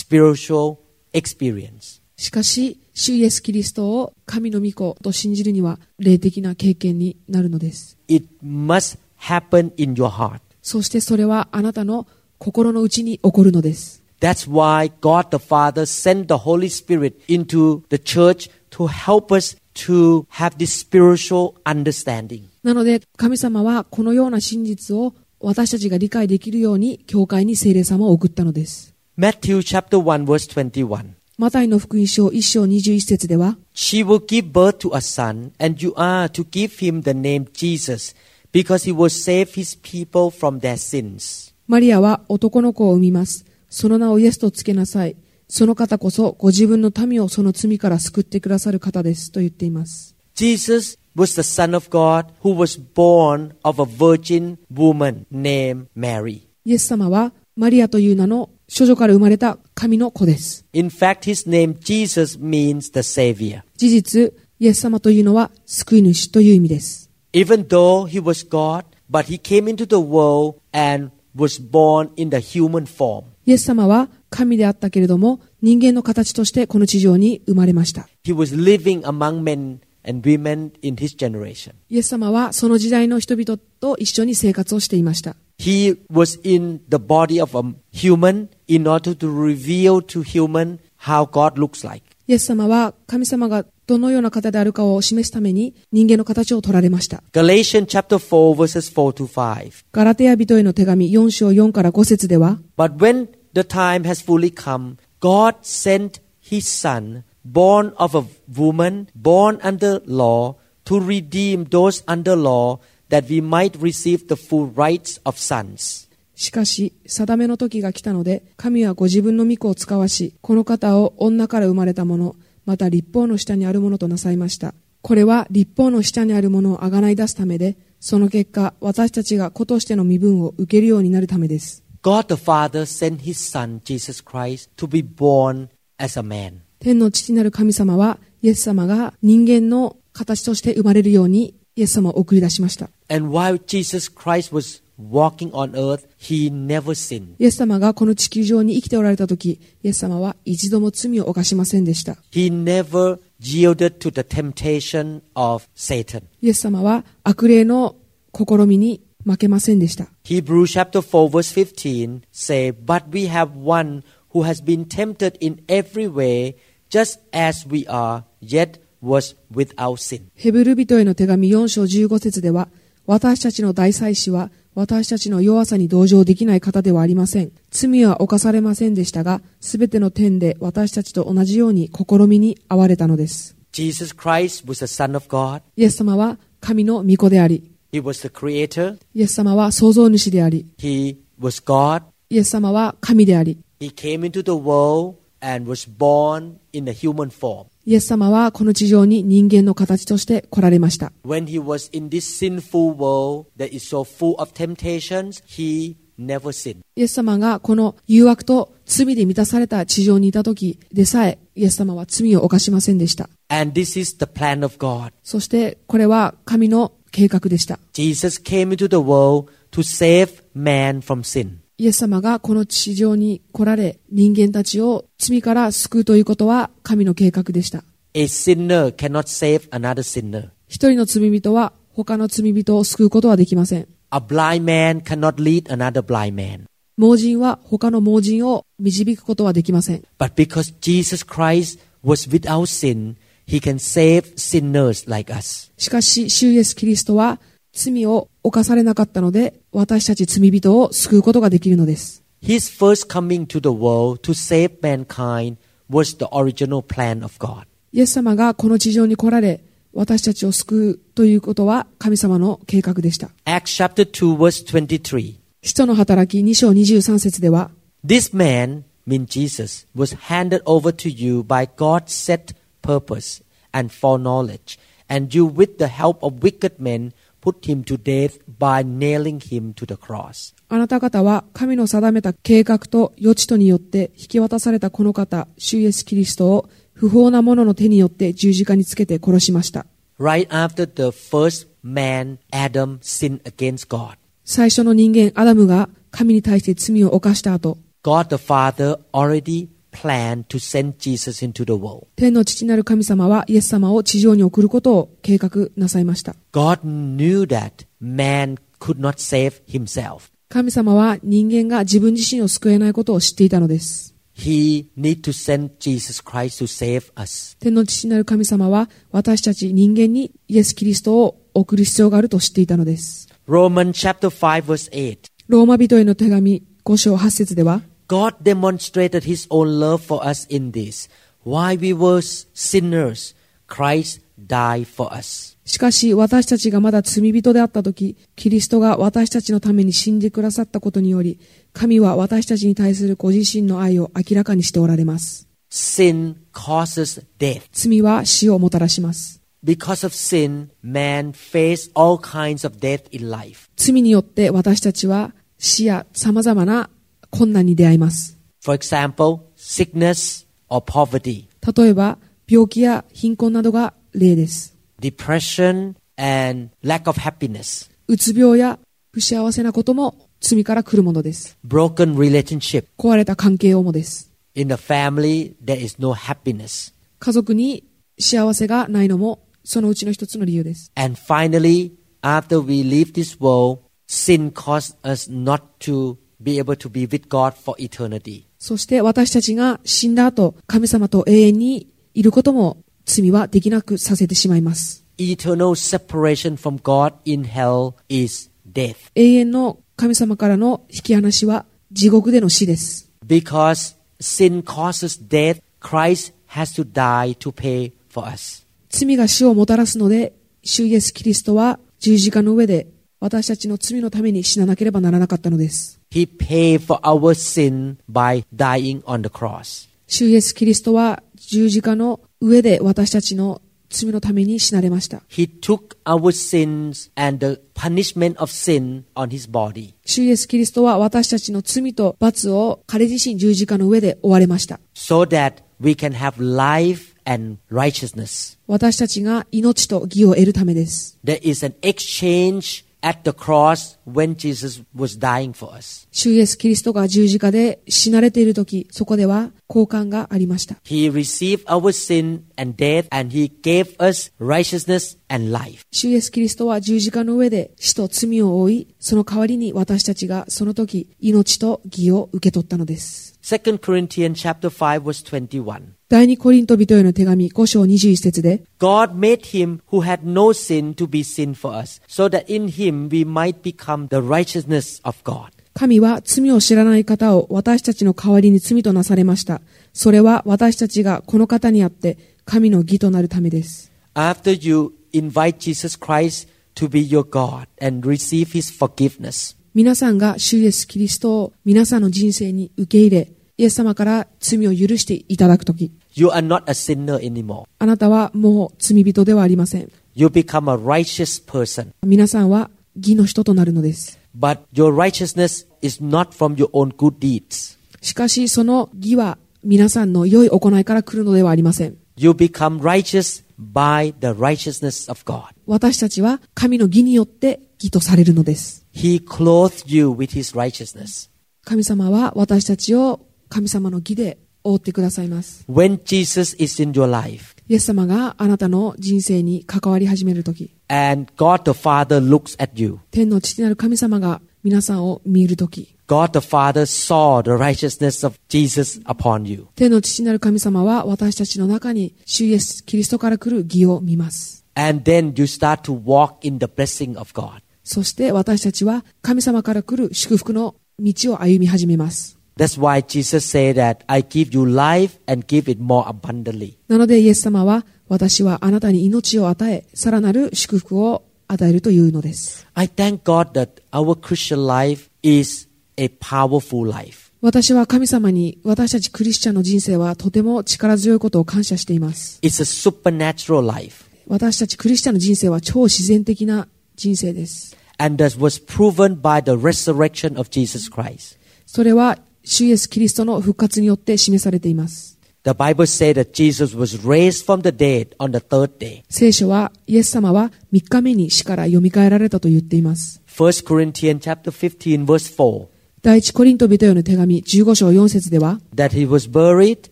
Speaker 3: spiritual experience.
Speaker 4: しかし、主イエス・キリストを神の御子と信じるには霊的な経験になるのです。
Speaker 3: It must happen in your heart.
Speaker 4: そしてそれはあなたの心の内に起こるのです。
Speaker 3: That's why God the Father sent the Holy Spirit into the church to help us to have this spiritual understanding.
Speaker 4: なので神様はこのような真実を私たちが理解できるように教会に聖霊様を送ったのです。
Speaker 3: Matthew chapter 1 verse 21.
Speaker 4: マタイの福音書1章21節では
Speaker 3: She will give birth to a son, and you are to give him the name Jesus, because he will save his people from their sins.
Speaker 4: マリアは男の子を産みます。その名をイエスとつけなさい。その方こそご自分の民をその罪から救ってくださる方ですと言っています。
Speaker 3: Jesus was the Son of God who was born of a virgin woman named Mary.
Speaker 4: イエス様はマリアという名の処女から生まれた神の子です。
Speaker 3: In fact, his name Jesus means the Savior.
Speaker 4: 事実、イエス様というのは救い主という意味です。
Speaker 3: Even though he was God, but he came into the world and was born in the human form.
Speaker 4: イエス様は神であったけれども人間の形としてこの地上に生まれました。
Speaker 3: He was living among men and women in his generation.
Speaker 4: イエス様はその時代の人々と一緒に生活をしていました。
Speaker 3: He was in the body of a human in order to reveal to human how God looks like.
Speaker 4: イエス様は神様がどのような方であるかを示すために人間の形を取られました。
Speaker 3: Galatians chapter 4 verses 4 to 5.
Speaker 4: ガラテヤ人への手紙4章4から5節では、
Speaker 3: But when the time has fully come, God sent his son, born of a woman, born under law, to redeem those under law that we might receive the full rights of sons.
Speaker 4: しかし、定めの時が来たので、神はご自分の御子を使わし、この方を女から生まれたもの、また立法の下にあるものとなさいました。これは立法の下にあるものをあがない出すためで、その結果、私たちが子としての身分を受けるようになるためです。
Speaker 3: God the Father sent his Son, Jesus Christ, to be born as a man.
Speaker 4: 天の父なる神様は、イエス様が人間の形として生まれるように、イエス様を送り出しました。
Speaker 3: And while Jesus Christ was walking on earth, he never sinned.
Speaker 4: イエス様がこの地球上に生きておられた時、イエス様は一度も罪を犯しませんでした。
Speaker 3: He never yielded to the temptation of Satan.
Speaker 4: イエス様は悪霊の試みに負けませんでした。
Speaker 3: Hebrews chapter 4 verse 15 say, But we have one who has been tempted in every way, just as we are, yet was without sin.
Speaker 4: ヘブル人への手紙4章15節では、私たちの大祭司は、私たちの弱さに同情できない方ではありません。罪は犯されませんでしたが、すべての点で私たちと同じように試みに遭われたのです。
Speaker 3: Jesus Christ was the Son of God.
Speaker 4: イエス様は神の御子であり、
Speaker 3: He was the creator.
Speaker 4: イエス様は創造主であり、
Speaker 3: He was God.
Speaker 4: イエス様は神であり、
Speaker 3: He came into the world and was born in a human form.
Speaker 4: イエス様はこの地上に人間の形として来られました。
Speaker 3: When he was in this sinful world that is so full of temptations, he never sinned.
Speaker 4: イエス様がこの誘惑と罪で満たされた地上にいた時でさえ、イエス様は罪を犯しませんでした。
Speaker 3: And this is the plan of God.
Speaker 4: そしてこれは神の計画でした。
Speaker 3: Jesus came into the world to save man from sin.
Speaker 4: イエス様がこの地上に来られ、人間たちを罪から救うということは神の計画でした。
Speaker 3: A sinner cannot save another sinner.
Speaker 4: 一人の罪人は他の罪人を救うことはできません。
Speaker 3: A blind man cannot lead another blind man.
Speaker 4: 盲人は他の盲人を導くことはできません。
Speaker 3: But because Jesus Christ was without sin, he can save sinners like us.
Speaker 4: しかし、主イエスキリストは罪を犯されなかったので、私たち罪人を救うことができるのです。
Speaker 3: His first coming to the world to save mankind was the original plan of God.
Speaker 4: イエス様がこの地上に来られ、私たちを救うということは神様の計画でした。
Speaker 3: Acts chapter 2 verse 23.
Speaker 4: 使徒の働き2章23節では、
Speaker 3: This man, mean Jesus, was handed over to you by God's set purpose and foreknowledge, and you, with the help of wicked men, put him to death by nailing him to the cross.
Speaker 4: あなた方は神の定めた計画と予知とによって引き渡されたこの方、主イエスキリストを不法な者の手によって十字架につけて殺しました。
Speaker 3: Right after the first man, Adam, sinned against God,
Speaker 4: 最初の人間アダムが神に対して罪を犯した後、
Speaker 3: God the Father already planned to send Jesus into the world.
Speaker 4: 天の父なる神様はイエス様を地上に送ることを計画なさいました。
Speaker 3: God knew that man could not save himself.
Speaker 4: 神様は人間が自分自身を救えないことを知っていたのです。
Speaker 3: He need to send Jesus Christ to save us.
Speaker 4: 天の父なる神様は私たち人間にイエス・キリストを送る必要があると知っていたのです。
Speaker 3: Romans chapter 5 verse 8.
Speaker 4: ローマ人への手紙5章8節では、
Speaker 3: God demonstrated his own love for us in this. While we were sinners, Christ died for us.
Speaker 4: しかし私たちがまだ罪人であった時、キリストが私たちのために死んでくださったことにより、神は私たちに対するご自身の愛を明らかにしておられます。
Speaker 3: Sin causes death.
Speaker 4: 罪は死をもたらします。
Speaker 3: Because of sin, man faced all kinds of death in life.
Speaker 4: 罪によって私たちは死や様々な困難に出会います。
Speaker 3: For example, sickness or poverty,
Speaker 4: 例えば、病気や貧困などが例です。
Speaker 3: depression and lack of happiness,
Speaker 4: うつ病や不幸せなことも罪から来るものです。
Speaker 3: broken relationship.
Speaker 4: 壊れた関係をもです。
Speaker 3: In the family, there is no happiness.
Speaker 4: 家族に幸せがないのもそのうちの一つの理由です。
Speaker 3: And finally, after we leave this world, sin caused us not to be able to be with God for eternity.
Speaker 4: そして私たちが死んだ後、神様と永遠にいることも罪はできなくさせてしまいます。
Speaker 3: Eternal separation from God in hell is death
Speaker 4: 永遠の神様からの引き離しは地獄での死です。
Speaker 3: because sin causes death. Christ has to die to pay for us.
Speaker 4: 罪が死をもたらすので、主イエス・キリストは十字架の上で私たちの罪のために死ななければならなかったのです。
Speaker 3: He paid for our sin by dying on the cross.
Speaker 4: 主イエス・キリストは十字架の上で私たちの罪のために死なれました。
Speaker 3: He took our sins and the punishment of sin on his body.
Speaker 4: 主イエス・キリストは私たちの罪と罰を彼自身十字架の上で負われました。
Speaker 3: so that we can have life and righteousness.
Speaker 4: 私たちが命と義を得るためです。
Speaker 3: There is an exchange at the cross when Jesus was dying for us.
Speaker 4: 主イエス・キリストが十字架で死なれている時、そこでは交換がありました。
Speaker 3: He received our sin and death and he gave us righteousness and life.
Speaker 4: 主イエス・キリストは十字架の上で死と罪を負い、その代わりに私たちがその時、命と義を受け取ったのです。
Speaker 3: 2 Corinthians chapter 5 verse 21.
Speaker 4: 第二コリント人への手紙5章21節で、
Speaker 3: God made him who had no sin to be sin for us, so that in him we might become the righteousness of God.
Speaker 4: 神は罪を知らない方を私たちの代わりに罪となされました。それは私たちがこの方にあって神の義となるためです。
Speaker 3: After you invite Jesus Christ to be your God and receive his forgiveness,
Speaker 4: 皆さんが主イエス・キリストを皆さんの人生に受け入れ、イエス様から罪を許していただくとき、
Speaker 3: you are not a sinner anymore.
Speaker 4: あなたはもう罪人ではありません。
Speaker 3: You become a righteous person.
Speaker 4: 皆さんは義の人となるのです。
Speaker 3: But your righteousness is not from your own good deeds.
Speaker 4: しかしその義は皆さんの良い行いから来るのではありません。
Speaker 3: You become righteous by the righteousness of God.
Speaker 4: 私たちは神の義によって義とされるのです。
Speaker 3: He clothed you with his righteousness.
Speaker 4: 神様は私たちを神様の義で覆ってくださいます。
Speaker 3: When Jesus is in your life
Speaker 4: イエス様があなたの人生に関わり始めるとき、
Speaker 3: and God the Father looks at you,
Speaker 4: 天の父なる神様が皆さんを見るとき、
Speaker 3: God the Father saw the righteousness of Jesus upon you.
Speaker 4: 天の父なる神様は私たちの中に主イエスキリストから来る義を見ます。
Speaker 3: And then you start to walk in the blessing of God.
Speaker 4: そして私たちは神様から来る祝福の道を歩み始めます。
Speaker 3: That's why Jesus said that I give you life and give it more abundantly.
Speaker 4: なのでイエス様は私はあなたに命を与え、さらなる祝福を与えるというのです。
Speaker 3: I thank God that our Christian life is a powerful life.
Speaker 4: 私は神様に私たちクリスチャンの人生はとても力強いことを感謝しています。
Speaker 3: It's a supernatural life.
Speaker 4: 私たちクリスチャンの人生は超自然的な人生です。
Speaker 3: And that was proven by the resurrection of Jesus Christ.
Speaker 4: それは主イエスキリストの復活によって示されています。
Speaker 3: The Bible said that Jesus was raised from the dead on the third day.
Speaker 4: 聖書はイエス様は3日目に死から蘇られたと言っています。
Speaker 3: 1 Corinthians chapter 15 verse 4.
Speaker 4: 第一コリント人への手紙15章4節では、
Speaker 3: That he was buried,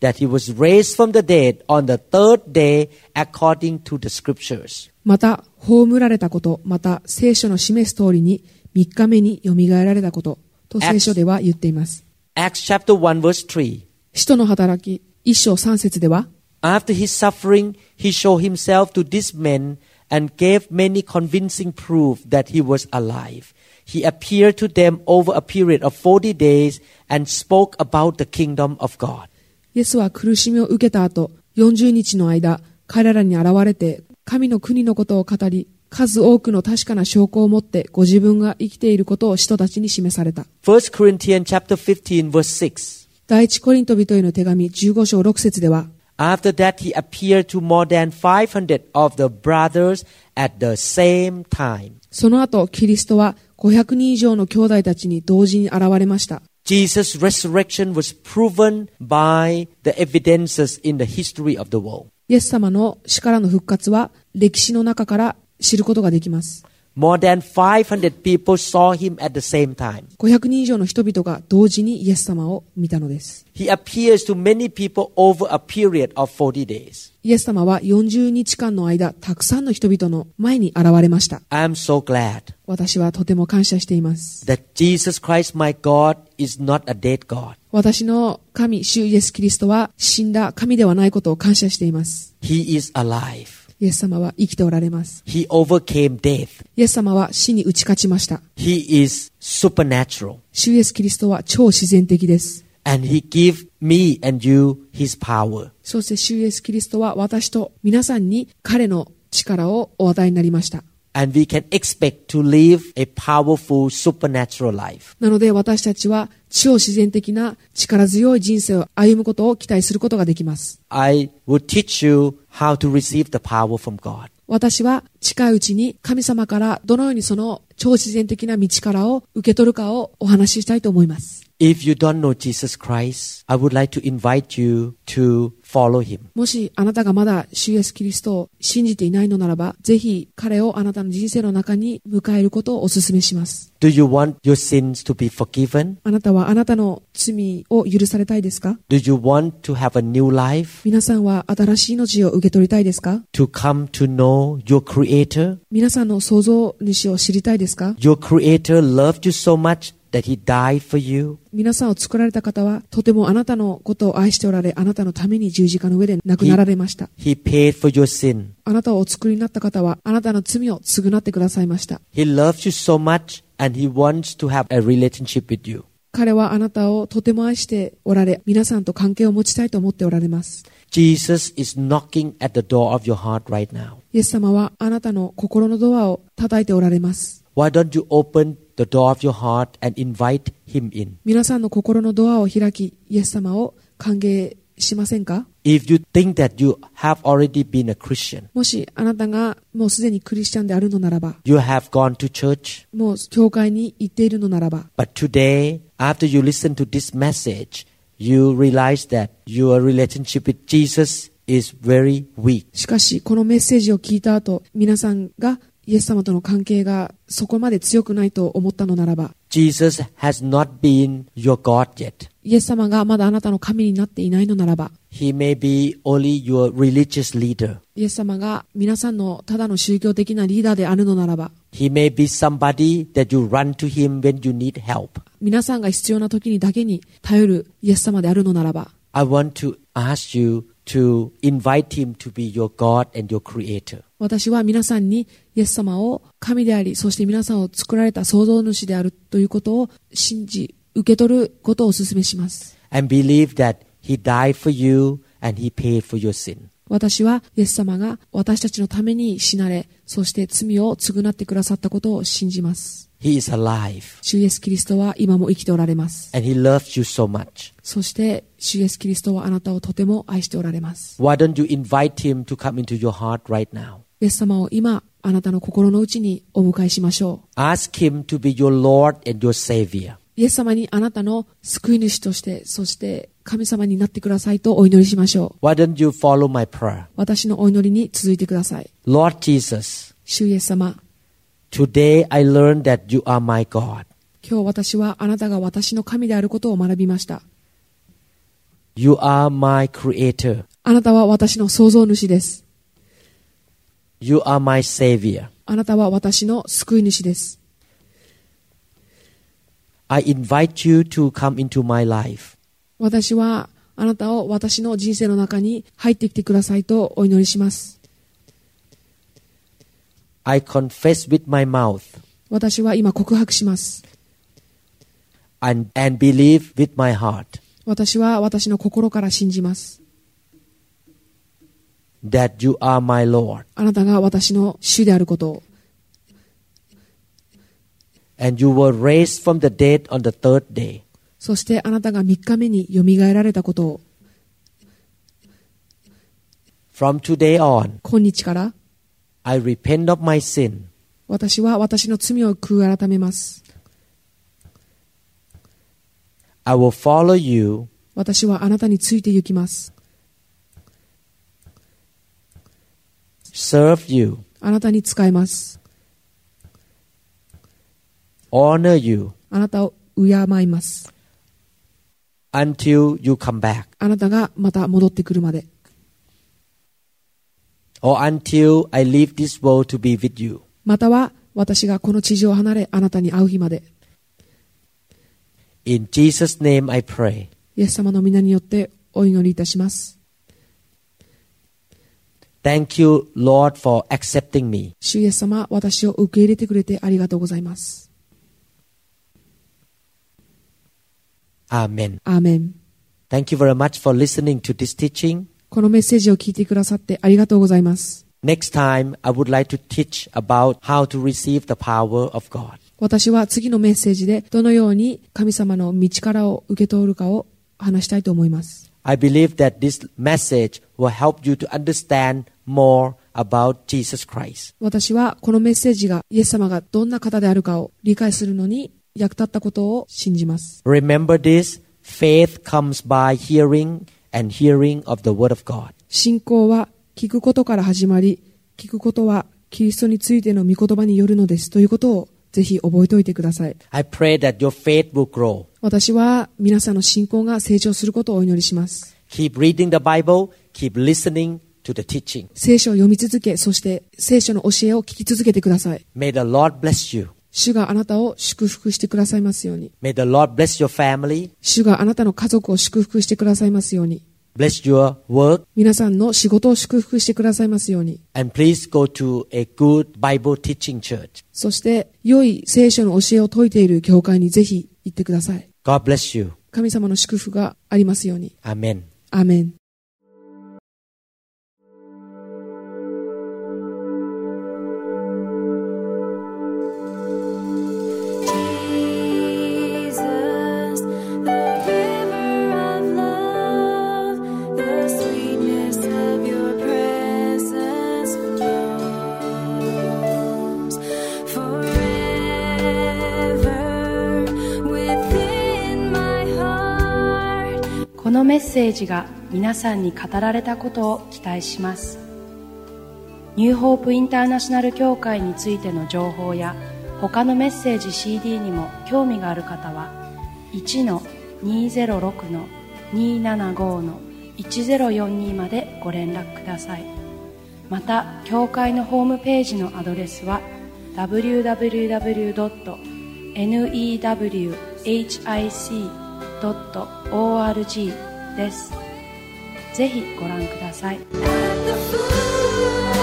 Speaker 3: that he was raised from the dead on the third day according to the scriptures.
Speaker 4: また、葬られたこと、また、聖書の示す通りに、3日目によみがえられたこと、と
Speaker 3: Acts
Speaker 4: 聖書では言っています。
Speaker 3: Acts chapter 1 verse 3.
Speaker 4: 使徒の働き、一章三節では、
Speaker 3: After his suffering, he showed himself to these men and gave many convincing proof that he was alive. He appeared to them over a period of 40 days and spoke about the kingdom of God.
Speaker 4: イエスは苦しみを受けた後、40日の間、彼らに現れて、神の国のことを語り、数多くの確かな証拠を持って、ご自分が生きていることを使徒たちに示された。
Speaker 3: 1 Corinthians chapter 15 verse 6.
Speaker 4: 第一コリント人への手紙15章6節では、
Speaker 3: After that, he appeared to more than 500 of the brothers at the same time.
Speaker 4: その後、キリストは500人以上の兄弟たちに同時に現れました。
Speaker 3: Jesus' resurrection was proven by the evidences in the history of the world.
Speaker 4: イエス様の死からの復活は歴史の中から知ることができます。
Speaker 3: More than 500 people saw him at the same time.
Speaker 4: 500人以上の人々が同時にイエス様を見たのです。
Speaker 3: He appears to many people over a period of 40 days.
Speaker 4: イエス様は40日間の間、たくさんの人々の前に現れました。
Speaker 3: I am so glad
Speaker 4: 私はとても感謝しています。
Speaker 3: that Jesus Christ, my God, is not a dead God.
Speaker 4: 私の神、主イエス・キリストは死んだ神ではないことを感謝しています。
Speaker 3: He is alive.
Speaker 4: イエス様は生きておられます。
Speaker 3: He overcame death.
Speaker 4: イエス様は死に打ち勝ちました。
Speaker 3: He is supernatural.
Speaker 4: 主イエス・キリストは超自然的です。
Speaker 3: And he give me and you his power.
Speaker 4: そして主イエス・キリストは私と皆さんに彼の力をお与えになりました。
Speaker 3: and we can expect to live a powerful supernatural life.
Speaker 4: なので私たちは超自然的な力強い人生を歩むことを期待することができます。
Speaker 3: I will teach you how to receive the power from God.
Speaker 4: 私は近いうちに神様からどのようにその超自然的な道からを受け取るかをお話ししたいと思います。
Speaker 3: If you don't know Jesus Christ, I would like to invite you to follow him.
Speaker 4: もしあなたがまだ主イエスキリストを信じていないのならば、ぜひ彼をあなたの人生の中に迎えることをお勧めします。
Speaker 3: Do you want your sins to be forgiven?
Speaker 4: あなたはあなたの罪を許されたいですか
Speaker 3: Do you want to have a new life?
Speaker 4: 皆さんは新しい命を受け取りたいですか
Speaker 3: To come to know your Creator?
Speaker 4: 皆さんの創造主を知りたいですか
Speaker 3: Your Creator loved you so much that he died for you.
Speaker 4: 皆さんを作られた方はとてもあなたのことを愛しておられあなたのために十字架の上で亡くなられました
Speaker 3: He paid for your sin.
Speaker 4: あなたをお作りになった方はあなたの罪を償ってくださいました
Speaker 3: He loves you so much and he wants to have a relationship with you.
Speaker 4: 彼はあなたをとても愛しておられ皆さんと関係を持ちたいと思っておられます
Speaker 3: Jesus is knocking at the door of your heart right now.
Speaker 4: イエス様はあなたの心のドアを叩いておられます
Speaker 3: Why don't you open the door of your heart and invite him in?
Speaker 4: 皆さんの心のドアを開きイエス様を歓迎しませんか
Speaker 3: If you think that you have already been a Christian,
Speaker 4: もしあなたがもうすでにクリスチャンであるのならば
Speaker 3: you have gone to church,
Speaker 4: もう教会に行っているのならば
Speaker 3: but today, after you listen to this message, you realize that your relationship with Jesus is very weak.
Speaker 4: しかし、このメッセージを聞いた後、皆さんがイエス様との関係がそこまで強くないと思ったのならば、
Speaker 3: Jesus has not been your God yet.
Speaker 4: イエス様がまだあなたの神になっていないのならば、
Speaker 3: He may be only your religious leader.
Speaker 4: イエス様が皆さんのただの宗教的なリーダーであるのならば、
Speaker 3: He may be somebody that you run to him when you need help.
Speaker 4: 皆さんが必要な時にだけに頼るイエス様であるのならば、
Speaker 3: I want to ask you to invite him to be your God and your creator.
Speaker 4: 私は皆さんにイエス様を神であり、そして皆さんを作られた創造主であるということを信じ、受け取ることをお勧めします。
Speaker 3: and believe that He died for you and He paid for your sin.
Speaker 4: 私はイエス様が私たちのために死なれ、そして罪を償ってくださったことを信じます。
Speaker 3: He is alive
Speaker 4: 主イエスキリストは今も生きておられます。
Speaker 3: and He loves you so much.
Speaker 4: そして、主イエスキリストはあなたをとても愛しておられます。
Speaker 3: Why don't you invite Him to come into your heart right now?
Speaker 4: イエス様を今、あなたの心の内にお迎えしましょ
Speaker 3: Ask Him to be your Lord and your Savior.
Speaker 4: う。イエス様にあなたの救い主として、そして神様になってくださいとお祈りしましょう。
Speaker 3: Why don't you follow my prayer?
Speaker 4: 私のお祈りに続いてください。
Speaker 3: Lord Jesus,
Speaker 4: 主イエス様、
Speaker 3: today I learned that you are my God.
Speaker 4: 今日私はあなたが私の神であることを学びました。
Speaker 3: You are my Creator.
Speaker 4: あなたは私の創造主です。
Speaker 3: You are my Savior.
Speaker 4: あなたは私の救い主です。
Speaker 3: I invite you to come into my life.
Speaker 4: 私はあなたを私の人生の中に入ってきてくださいとお祈りします。
Speaker 3: I confess with my mouth
Speaker 4: 私は今告白します。
Speaker 3: and, and believe with my heart.
Speaker 4: 私は私の心から信じます。
Speaker 3: that you are my Lord
Speaker 4: あなたが私の主であることを。
Speaker 3: and you were raised from the dead on the third day.
Speaker 4: そしてあなたが3日目によみがえられたことを。
Speaker 3: From today on,
Speaker 4: 今日から
Speaker 3: I repent of my sin
Speaker 4: 私は私の罪を悔い改めます。
Speaker 3: I will follow you
Speaker 4: 私はあなたについて行きます。
Speaker 3: serve you
Speaker 4: あなたに仕えます。
Speaker 3: honor you
Speaker 4: あなたを敬います。
Speaker 3: until you come back
Speaker 4: あなたがまた戻ってくるまで。
Speaker 3: or until I leave this world to be with you
Speaker 4: または私がこの地上を離れあなたに会う日まで。
Speaker 3: in Jesus name I pray
Speaker 4: イエス様の皆によってお祈りいたします。
Speaker 3: thank you Lord for accepting me
Speaker 4: 主イエス様、私を受け入れてくれてありがとうございます。
Speaker 3: amen
Speaker 4: アーメン。
Speaker 3: thank you very much for listening to this teaching
Speaker 4: このメッセージを聞いてくださってありがとうございます。
Speaker 3: Next time, I would like to teach about how to receive the power of God.
Speaker 4: 私は次のメッセージでどのように神様の道からを受け取るかを話したいと思います。
Speaker 3: I believe that this message will help you to understand more about Jesus Christ.
Speaker 4: 私はこのメッセージがイエス様がどんな方であるかを理解するのに役立ったことを信じます。
Speaker 3: Remember this faith comes by hearing, and hearing of the Word of God.
Speaker 4: 信仰は聞くことから始まり、聞くことはキリストについての御言葉によるのですということをぜひ覚えておいてください。
Speaker 3: I pray that your faith will grow.
Speaker 4: 私は皆さんの信仰が成長することをお祈りします。
Speaker 3: Keep reading the Bible, keep listening to the teaching.
Speaker 4: 聖書を読み続け、そして聖書の教えを聞き続けてください。
Speaker 3: May the Lord bless you.
Speaker 4: 主があなたを祝福してくださいますように。
Speaker 3: May the Lord bless your family,
Speaker 4: 主があなたの家族を祝福してくださいますように。
Speaker 3: bless your work,
Speaker 4: 皆さんの仕事を祝福してくださいますように。
Speaker 3: and please go to a good Bible teaching church.
Speaker 4: そして、良い聖書の教えを説いている教会にぜひ行ってください。
Speaker 3: God bless you.
Speaker 4: 神様の祝福がありますように。
Speaker 3: Amen.
Speaker 4: アーメン。
Speaker 5: Jesus, the giver of love, the sweetness of your presence flows forever within my heart.
Speaker 2: このメッセージが皆さんに語られたことを期待しますニューホープインターナショナル協会についての情報や他のメッセージ CD にも興味がある方は1-206-275-1042までご連絡くださいまた教会のホームページのアドレスは www.newhic.org ですぜひご覧ください
Speaker 5: At the foot